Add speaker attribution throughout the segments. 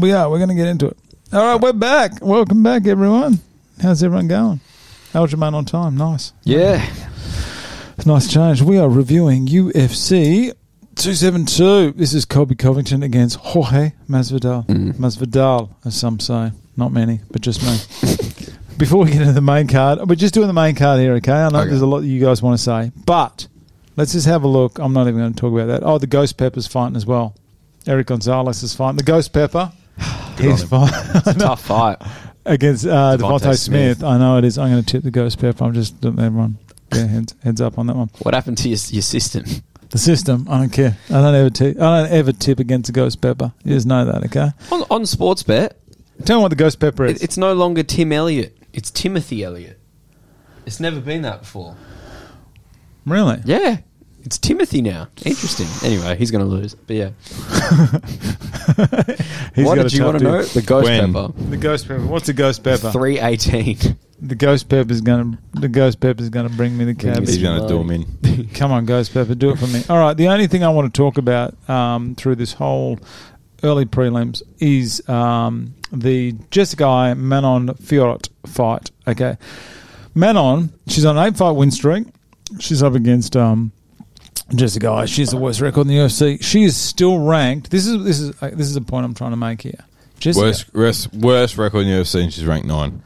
Speaker 1: we are. We're going to get into it. All right, we're back. Welcome back, everyone. How's everyone going? How was your man on time? Nice.
Speaker 2: Yeah.
Speaker 1: Nice change. We are reviewing UFC 272. This is Colby Covington against Jorge Masvidal.
Speaker 2: Mm.
Speaker 1: Masvidal, as some say. Not many, but just me. Before we get into the main card, we're just doing the main card here, okay? I know
Speaker 2: Okay.
Speaker 1: there's a lot that you guys want to say, but let's just have a look. I'm not even going to talk about that. Oh, the Ghost Pepper's fighting as well. Eric Gonzalez is fighting. The Ghost Pepper, he's fighting
Speaker 2: It's a tough fight.
Speaker 1: against uh,
Speaker 2: Devontae
Speaker 1: Devontae Smith.
Speaker 2: Smith.
Speaker 1: I know it is. I'm going to tip the Ghost Pepper. I'm just letting everyone yeah, heads, heads up on that one.
Speaker 2: What happened to your, your system?
Speaker 1: The system, I don't care. I don't ever tip. I don't ever tip against a ghost pepper. You just know that, okay?
Speaker 2: On, on Sportsbet,
Speaker 1: Tell me what the ghost pepper is.
Speaker 2: it, it's no longer Tim Elliott. It's Timothy Elliott. It's never been that before.
Speaker 1: really?
Speaker 2: Yeah. It's Timothy now. Interesting. Anyway, he's going to lose. But yeah.
Speaker 1: He's
Speaker 2: what
Speaker 1: got
Speaker 2: did
Speaker 1: a
Speaker 2: you
Speaker 1: tough deal.
Speaker 2: want to know? The ghost
Speaker 3: When?
Speaker 2: pepper.
Speaker 1: The ghost pepper. What's a ghost pepper?
Speaker 2: 318.
Speaker 1: The ghost pepper's gonna. The ghost pepper's gonna bring me the
Speaker 2: me
Speaker 1: cabbage.
Speaker 3: He's going to do him in.
Speaker 1: Come on, Ghost Pepper, do it for me. All right, the only thing I want to talk about um, through this whole early prelims is um, the Jessica I Manon Fiorot fight. Okay, Manon, she's on an eight fight win streak. She's up against um, Jessica I. She's the worst record in the UFC. She is still ranked. This is this is uh, this is the point I'm trying to make here. Jessica,
Speaker 3: Worst, worst, worst record in the UFC, and she's ranked nine.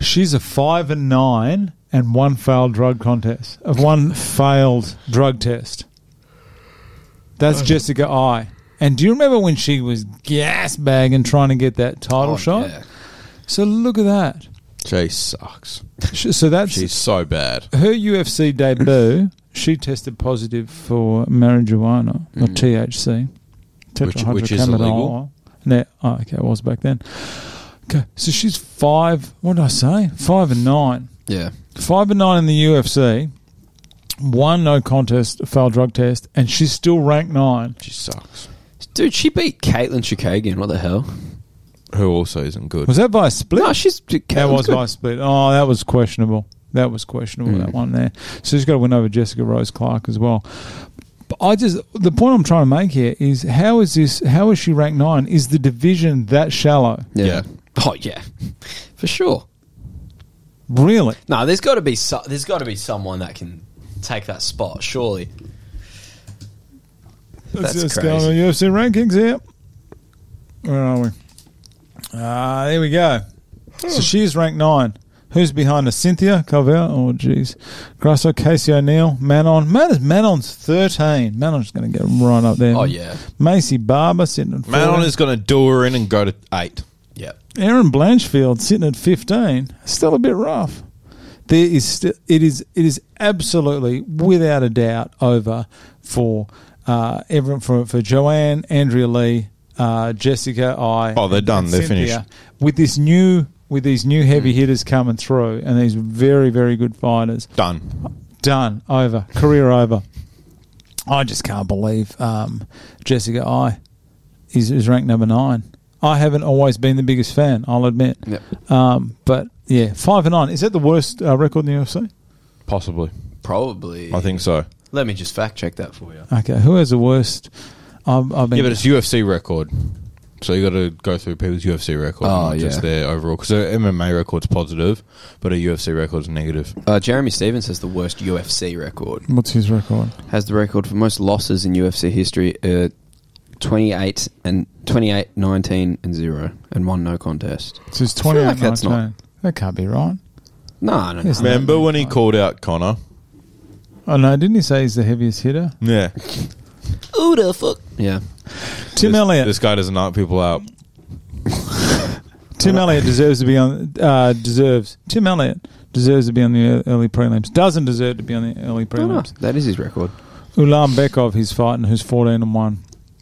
Speaker 1: She's a five and nine and one failed drug contest of one failed drug test. That's
Speaker 3: Oh.
Speaker 1: Jessica I. And do you remember when she was gas bagging trying to get that title
Speaker 2: Oh,
Speaker 1: shot?
Speaker 2: yeah.
Speaker 1: So look at that.
Speaker 3: She sucks.
Speaker 1: Sh- So that's
Speaker 3: She's so bad.
Speaker 1: her UFC debut. she tested positive for marijuana or THC,
Speaker 3: Mm. Which- which is
Speaker 1: tetrahydrocannabinol.
Speaker 3: illegal.
Speaker 1: No, oh, okay, it was back then. Okay, so she's five. What did I say? Five and nine.
Speaker 2: Yeah.
Speaker 1: five and nine in the UFC, one no contest, failed drug test, and she's still ranked nine.
Speaker 3: She sucks.
Speaker 2: Dude, she beat Caitlin Chukagian. What the hell?
Speaker 3: Who also isn't good.
Speaker 1: Was that by a split?
Speaker 2: No, she's. Caitlin's
Speaker 1: that was
Speaker 2: good. Mm.
Speaker 1: by a split. Oh, that was questionable. That was questionable. That one there. So she's got to win over Jessica Rose Clark as well. But I just the point I'm trying to make here is how is this? How is she ranked nine? Is the division that shallow?
Speaker 2: Yeah.
Speaker 3: Yeah.
Speaker 2: Oh, yeah. For sure.
Speaker 1: Really?
Speaker 2: No, there's got to be so- there's got to be someone that can take that spot. Surely, That's
Speaker 1: Let's
Speaker 2: crazy.
Speaker 1: go on UFC rankings here. Where are we? Ah, there we go.
Speaker 2: Hmm.
Speaker 1: So she's ranked nine. Who's behind her? Cynthia Calvert. Oh, jeez. Grasso, Casey O'Neill, Manon. Man- Manon's 13. Manon's going to get right up there.
Speaker 2: Oh, yeah.
Speaker 1: Macy Barber sitting at
Speaker 3: Manon
Speaker 1: 14.
Speaker 3: is going to do her in and go to eight.
Speaker 2: yeah.
Speaker 1: Aaron Blanchfield sitting at 15. Still a bit rough. There is still it is it is absolutely without a doubt over for uh everyone for for Joanne, Andrea Lee, uh Jessica, I.
Speaker 3: Oh, they're done.
Speaker 1: and
Speaker 3: They're
Speaker 1: Cynthia.
Speaker 3: finished. Mm.
Speaker 1: With this new with these new heavy hitters coming through and these very very good fighters
Speaker 3: Done.
Speaker 1: done over career over i just can't believe um, jessica i is, is ranked number nine i haven't always been the biggest fan i'll admit
Speaker 2: Yep.
Speaker 1: um, but yeah five and nine is that the worst uh, record in the ufc
Speaker 3: Possibly.
Speaker 2: Probably.
Speaker 3: I think so.
Speaker 2: Let me just fact check that for you.
Speaker 1: okay who has the worst I've, I've been
Speaker 3: Yeah, but it's UFC record. So you got to go through people's UFC record,
Speaker 2: Oh,
Speaker 3: not just
Speaker 2: yeah.
Speaker 3: their overall. Because their MMA record's positive, but a UFC record's negative.
Speaker 2: Uh, Jeremy Stevens has the worst UFC record.
Speaker 1: what's his record
Speaker 2: Has the record for most losses in UFC history. Uh, 28 and 28 19 and 0 and one no contest
Speaker 1: it's his 20
Speaker 2: like that's not-
Speaker 1: that can't be right
Speaker 2: no no, no.
Speaker 1: Yes, man.
Speaker 3: Remember when he called out Connor?
Speaker 1: oh no didn't he say he's the heaviest hitter
Speaker 3: Yeah.
Speaker 2: who the fuck yeah
Speaker 1: tim
Speaker 3: This-
Speaker 1: elliott
Speaker 3: This guy doesn't knock people out.
Speaker 1: Tim Elliott deserves to be on. Uh, deserves Tim Elliott deserves to be on the ear- early prelims. Doesn't deserve to be on the early
Speaker 2: No, no,
Speaker 1: prelims.
Speaker 2: that is his record
Speaker 1: Ulam Bekov, he's fighting, who's fourteen and one.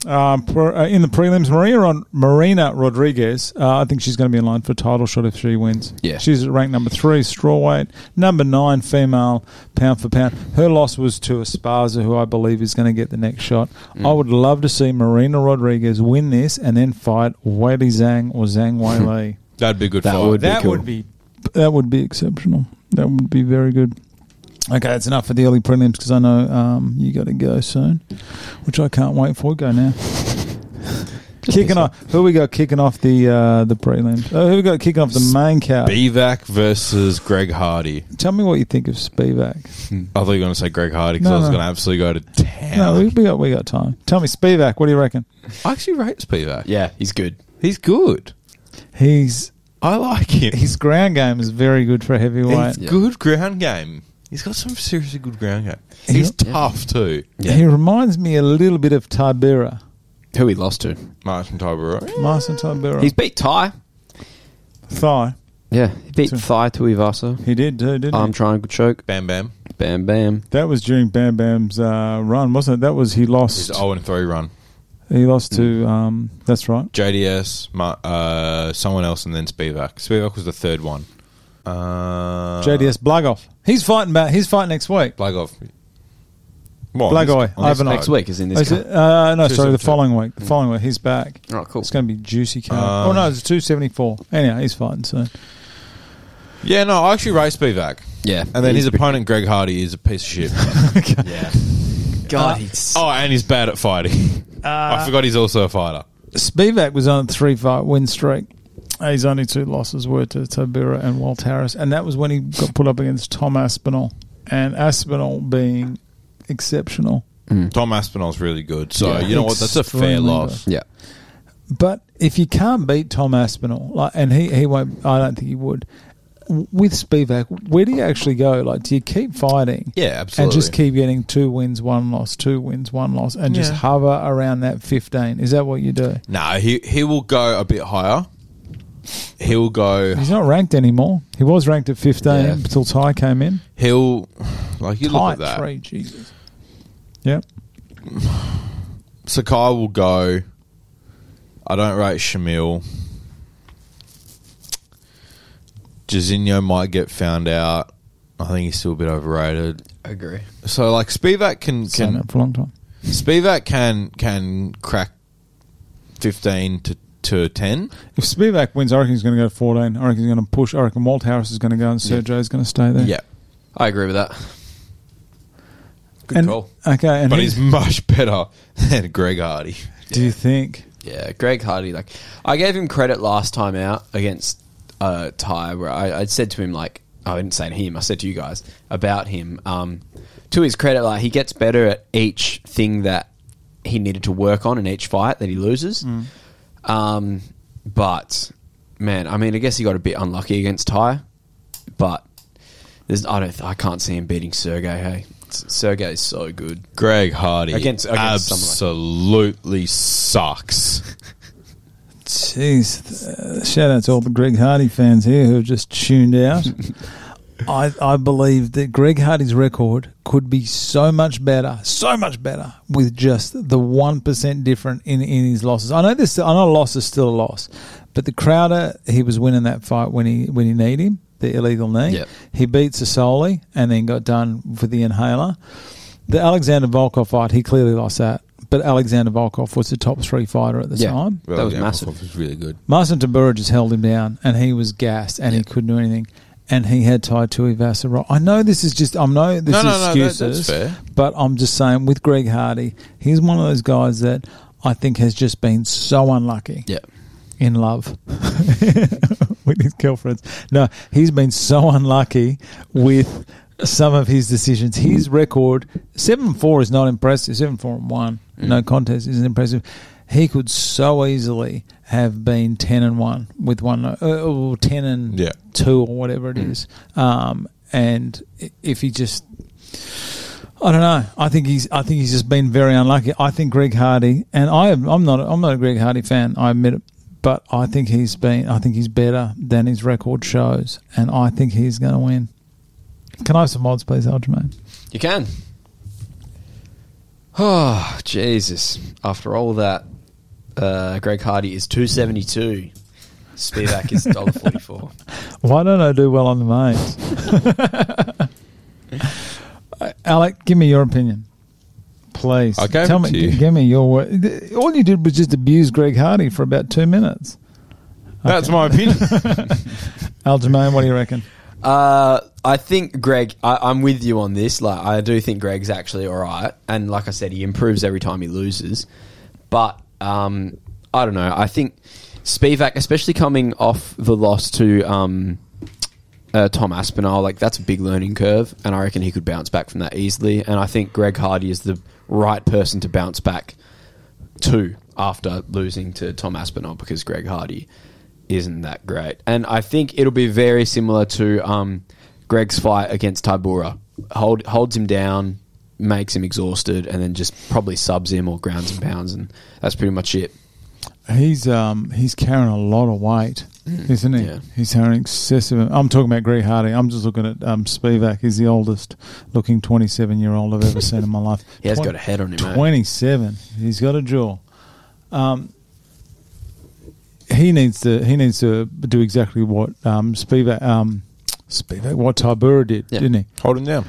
Speaker 1: Uh, per, uh, in the prelims, Maria Ron, Marina Rodriguez. Uh, I think she's going to be in line for title shot if she wins.
Speaker 2: Yeah.
Speaker 1: she's ranked number three straw weight, number nine female pound for pound. Her loss was to Esparza, who I believe is going to get the next shot. I would love to see Marina Rodriguez win this and then fight Wei Li Zhang or Zhang Wei Li.
Speaker 3: That'd be a good
Speaker 2: That
Speaker 3: fight.
Speaker 2: would be
Speaker 1: That
Speaker 2: cool.
Speaker 1: would be that would be exceptional. That would be very good. Okay, that's enough for the early prelims because I know um, you got to go soon, which I can't wait for. Go now. Kicking off. Who we got kicking off the uh, the prelims? Uh, who we got kicking off the main card?
Speaker 3: Bevac versus Greg Hardy.
Speaker 1: Tell me what you think of Spivak.
Speaker 3: I thought you were going to say Greg Hardy because
Speaker 1: No,
Speaker 3: I was
Speaker 1: no.
Speaker 3: going to absolutely go to town.
Speaker 1: No, we, we got we got time. Tell me Spivak. What do you reckon?
Speaker 3: I actually rate Spivak.
Speaker 2: Yeah, he's good.
Speaker 3: He's good.
Speaker 1: He's
Speaker 3: I like him.
Speaker 1: his ground game is very good for a heavyweight.
Speaker 3: He's
Speaker 2: Yeah.
Speaker 3: good ground game. He's got some seriously good ground game.
Speaker 1: Yeah.
Speaker 3: He's
Speaker 2: Yeah.
Speaker 3: tough too.
Speaker 2: Yeah.
Speaker 1: He reminds me a little bit of Tibera,
Speaker 2: Who he lost to?
Speaker 3: Martin Tybura.
Speaker 1: Marcin Tibera.
Speaker 2: He's beat Ty.
Speaker 1: thigh.
Speaker 2: Yeah, he beat
Speaker 1: So-
Speaker 2: Thai Tuivasa.
Speaker 1: He did too, didn't
Speaker 2: Arm
Speaker 1: he?
Speaker 2: triangle choke.
Speaker 3: Bam Bam.
Speaker 2: Bam, bam.
Speaker 1: That was during Bam Bam's uh, run, wasn't it? That was he
Speaker 3: His
Speaker 1: lost.
Speaker 3: 0 and 3 run.
Speaker 1: He lost to. Um, that's right.
Speaker 3: JDS, Ma- uh, someone else, and then Spivak. Spivak was the third one. Uh,
Speaker 1: JDS Blagoff. He's fighting back. He's fighting next week.
Speaker 3: Blagov. Well,
Speaker 1: Blagoy,
Speaker 3: on this- on
Speaker 1: Ivanov.
Speaker 3: this card.
Speaker 2: Next week is in
Speaker 1: Oh,
Speaker 2: this
Speaker 1: is
Speaker 2: card.
Speaker 1: it- uh, no,
Speaker 3: Two
Speaker 1: sorry, the
Speaker 3: seventy-two. Hmm.
Speaker 1: following week. The following week, he's back.
Speaker 2: Oh, cool.
Speaker 1: It's going to be juicy card.
Speaker 3: Um,
Speaker 1: oh no, it's two seventy four. Anyhow, he's fighting soon.
Speaker 3: Yeah, no, I actually raced Spivak.
Speaker 2: Yeah.
Speaker 3: And then
Speaker 2: He's
Speaker 3: his opponent, Greg Hardy, is a piece of shit.
Speaker 1: okay.
Speaker 2: Yeah. God, he's.
Speaker 3: oh, and he's bad at fighting.
Speaker 1: Uh,
Speaker 3: I forgot he's also a fighter.
Speaker 1: Spivak was on a three fight win streak. His only two losses were to Tibera and Walt Harris, and that was when he got put up against Tom Aspinall, and Aspinall being exceptional.
Speaker 2: Mm.
Speaker 3: Tom Aspinall's really good. So,
Speaker 2: Yeah.
Speaker 3: you know what? That's a
Speaker 1: Extremely
Speaker 3: fair loss.
Speaker 2: Yeah.
Speaker 1: But if you can't beat Tom Aspinall, like, and he, he won't, I don't think he would. w- With Spivak, where do you actually go? Like, do you keep fighting
Speaker 3: Yeah, absolutely.
Speaker 1: and just keep getting two wins, one loss, two wins, one loss, and just
Speaker 3: Yeah.
Speaker 1: hover around that fifteen? Is that what you do?
Speaker 3: No, he he will go a bit higher. He'll go.
Speaker 1: He's not ranked anymore. He was ranked at fifteen
Speaker 2: Yeah.
Speaker 1: until Ty came in.
Speaker 3: He'll like you look
Speaker 1: Tight
Speaker 3: at that.
Speaker 1: three, Jesus. Yep.
Speaker 3: Sakai will go. I don't rate Shamil. Jazinho might get found out. I think he's still a bit overrated.
Speaker 2: Agree.
Speaker 3: So like Spivak can
Speaker 1: Seen
Speaker 3: can
Speaker 1: that for a long time.
Speaker 3: Spivak can can crack fifteen to to ten.
Speaker 1: If Spivak wins, I reckon he's going to go to fourteen. I reckon he's going to push. I reckon Walt Harris is going to go, and Sergio's going to stay there.
Speaker 3: Yeah,
Speaker 2: I agree with that.
Speaker 3: good
Speaker 1: And-
Speaker 3: call.
Speaker 1: Okay, and
Speaker 3: But
Speaker 1: he's,
Speaker 3: he's much better than Greg Hardy.
Speaker 1: do you think?
Speaker 2: Yeah, Greg Hardy. Like, I gave him credit last time out against uh, Ty, where I, I said to him, like, I didn't say to him, I said to you guys about him. Um, to his credit, like, he gets better at each thing that he needed to work on in each fight that he loses. Um, but man, I mean, I guess he got a bit unlucky against Ty, but there's, I don't, I can't see him beating Sergey. Hey, Sergey is so good.
Speaker 3: Greg Hardy
Speaker 2: Against- against someone like-
Speaker 3: absolutely sucks.
Speaker 1: Jeez, uh, shout out to all the Greg Hardy fans here who have just tuned out. I, I believe that Greg Hardy's record could be so much better, so much better with just the one percent different in, in his losses. I know this. I know a loss is still a loss, but the Crowder he was winning that fight when he when he needed him the illegal knee.
Speaker 2: Yep.
Speaker 1: He beat Sasoli and then got done with the inhaler. The Alexander Volkov fight he clearly lost that, but Alexander Volkov was the top three fighter at the
Speaker 2: Yeah.
Speaker 1: time.
Speaker 2: That was
Speaker 3: yeah,
Speaker 2: massive.
Speaker 3: Volkov was really good.
Speaker 1: Marcin Tabura just held him down, and he was gassed, and he couldn't do anything. And he had tied to Ivasa. right. I know this is just. I know this
Speaker 3: No,
Speaker 1: is
Speaker 3: no, no, that- that's
Speaker 1: excuses,
Speaker 3: fair.
Speaker 1: but I'm just saying with Greg Hardy, he's one of those guys that I think has just been so unlucky
Speaker 2: Yeah.
Speaker 1: in love with his girlfriends. No, he's been so unlucky with some of his decisions. His record seven four is not impressive. Seven four and one, no contest isn't impressive. He could so easily have been ten and one with one uh, or ten and
Speaker 3: Yeah.
Speaker 1: two or whatever it is. Um, and i- if he just I don't know. I think he's. I think he's just been very unlucky. I think Greg Hardy, and I, am- I'm not. I'm not a Greg Hardy fan. I admit it, but I think he's been. I think he's better than his record shows, and I think he's going to win. Can I have some odds, please, Aljamain?
Speaker 2: You can. Oh, Jesus. After all that, uh, Greg Hardy is 272. Spivak is $1.44.
Speaker 1: Why don't I do well on the mains? Uh, Alec, give me your opinion, please.
Speaker 3: I gave
Speaker 1: Tell
Speaker 3: it
Speaker 1: me.
Speaker 3: to you.
Speaker 1: Give me your word. All you did was just abuse Greg Hardy for about two minutes.
Speaker 3: That's my opinion.
Speaker 1: Aljamain, what do you reckon?
Speaker 2: Uh, I think Greg, I, I'm with you on this. Like, I do think Greg's actually all right, and like I said, he improves every time he loses. But um, I don't know. I think Spivak, especially coming off the loss to um, uh, Tom Aspinall, like that's a big learning curve, and I reckon he could bounce back from that easily. And I think Greg Hardy is the right person to bounce back to after losing to Tom Aspinall because Greg Hardy isn't that great. And I think it'll be very similar to um, Greg's fight against Tybura. Hold, holds him down, makes him exhausted, and then just probably subs him or grounds and pounds, and that's pretty much it.
Speaker 1: He's um he's carrying a lot of weight, isn't he?
Speaker 2: Mm. yeah.
Speaker 1: He's carrying excessive. I'm talking about Greg Hardy. I'm just looking at um, Spivak. He's the oldest looking 27 year old I've ever seen in my life.
Speaker 2: He has
Speaker 1: Twen-
Speaker 2: got a head on him, eh?
Speaker 1: 27. He's got a jaw. Um, he needs to he needs to do exactly what um, Spivak um, Spivak what Tybura did,
Speaker 2: Yeah.
Speaker 1: didn't he?
Speaker 3: Hold him down.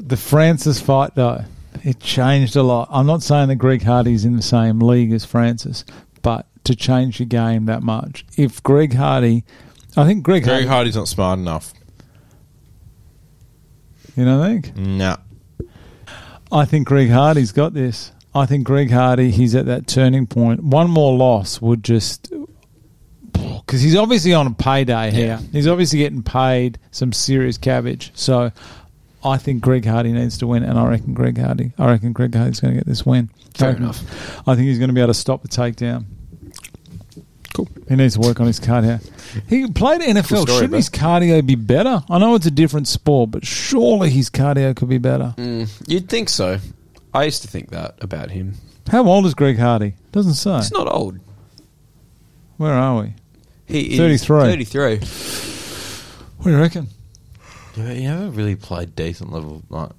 Speaker 1: The Francis fight, though, it changed a lot. I'm not saying that Greg Hardy's in the same league as Francis, but to change your game that much, if Greg Hardy, I think Greg,
Speaker 3: Greg
Speaker 1: Hardy,
Speaker 3: Hardy's not smart enough.
Speaker 1: you know, I think
Speaker 3: Nah.
Speaker 1: I think Greg Hardy's got this. I think Greg Hardy, he's at that turning point. One more loss would just. Because he's obviously on a payday here. He's obviously getting paid some serious cabbage. So I think Greg Hardy needs to win, and I reckon Greg Hardy. I reckon Greg Hardy's going to get this win.
Speaker 2: Fair
Speaker 1: I reckon-
Speaker 2: enough.
Speaker 1: I think he's going to be able to stop the takedown.
Speaker 2: Cool.
Speaker 1: He needs to work on his cardio. He played NFL.
Speaker 3: Cool story,
Speaker 1: Shouldn't
Speaker 3: bro.
Speaker 1: his cardio be better? I know it's a different sport, but surely his cardio could be better.
Speaker 2: Mm, You'd think so. I used to think that about him.
Speaker 1: How old is Greg Hardy? Doesn't say.
Speaker 2: He's not old.
Speaker 1: Where are we?
Speaker 2: He is
Speaker 1: 33.
Speaker 2: 33.
Speaker 1: What do you reckon?
Speaker 3: Yeah, he never really played decent level. Like,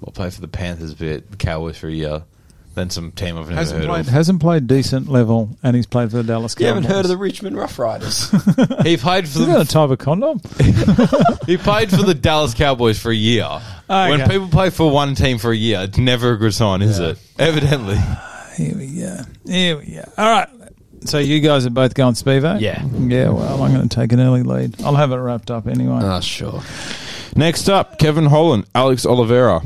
Speaker 3: well, played for the Panthers a bit, the Cowboys for a year, then some team I've never
Speaker 1: Hasn't
Speaker 3: heard
Speaker 1: played,
Speaker 3: of.
Speaker 1: hasn't played decent level, and he's played for the Dallas
Speaker 2: You
Speaker 1: Cowboys.
Speaker 2: haven't heard of the Richmond Rough Riders.
Speaker 3: He played for
Speaker 1: Is that a
Speaker 3: the
Speaker 1: type of condom?
Speaker 3: he played for the Dallas Cowboys for a year.
Speaker 1: Okay.
Speaker 3: When people play for one team for a year, it's never a good sign, is it? Evidently.
Speaker 1: Here we go. Here we go. All right. So you guys are both going Spevo?
Speaker 2: Yeah.
Speaker 1: Yeah, well, I'm going to take an early lead. I'll have it wrapped up anyway.
Speaker 2: Ah, sure.
Speaker 3: Next up, Kevin Holland, Alex Oliveira.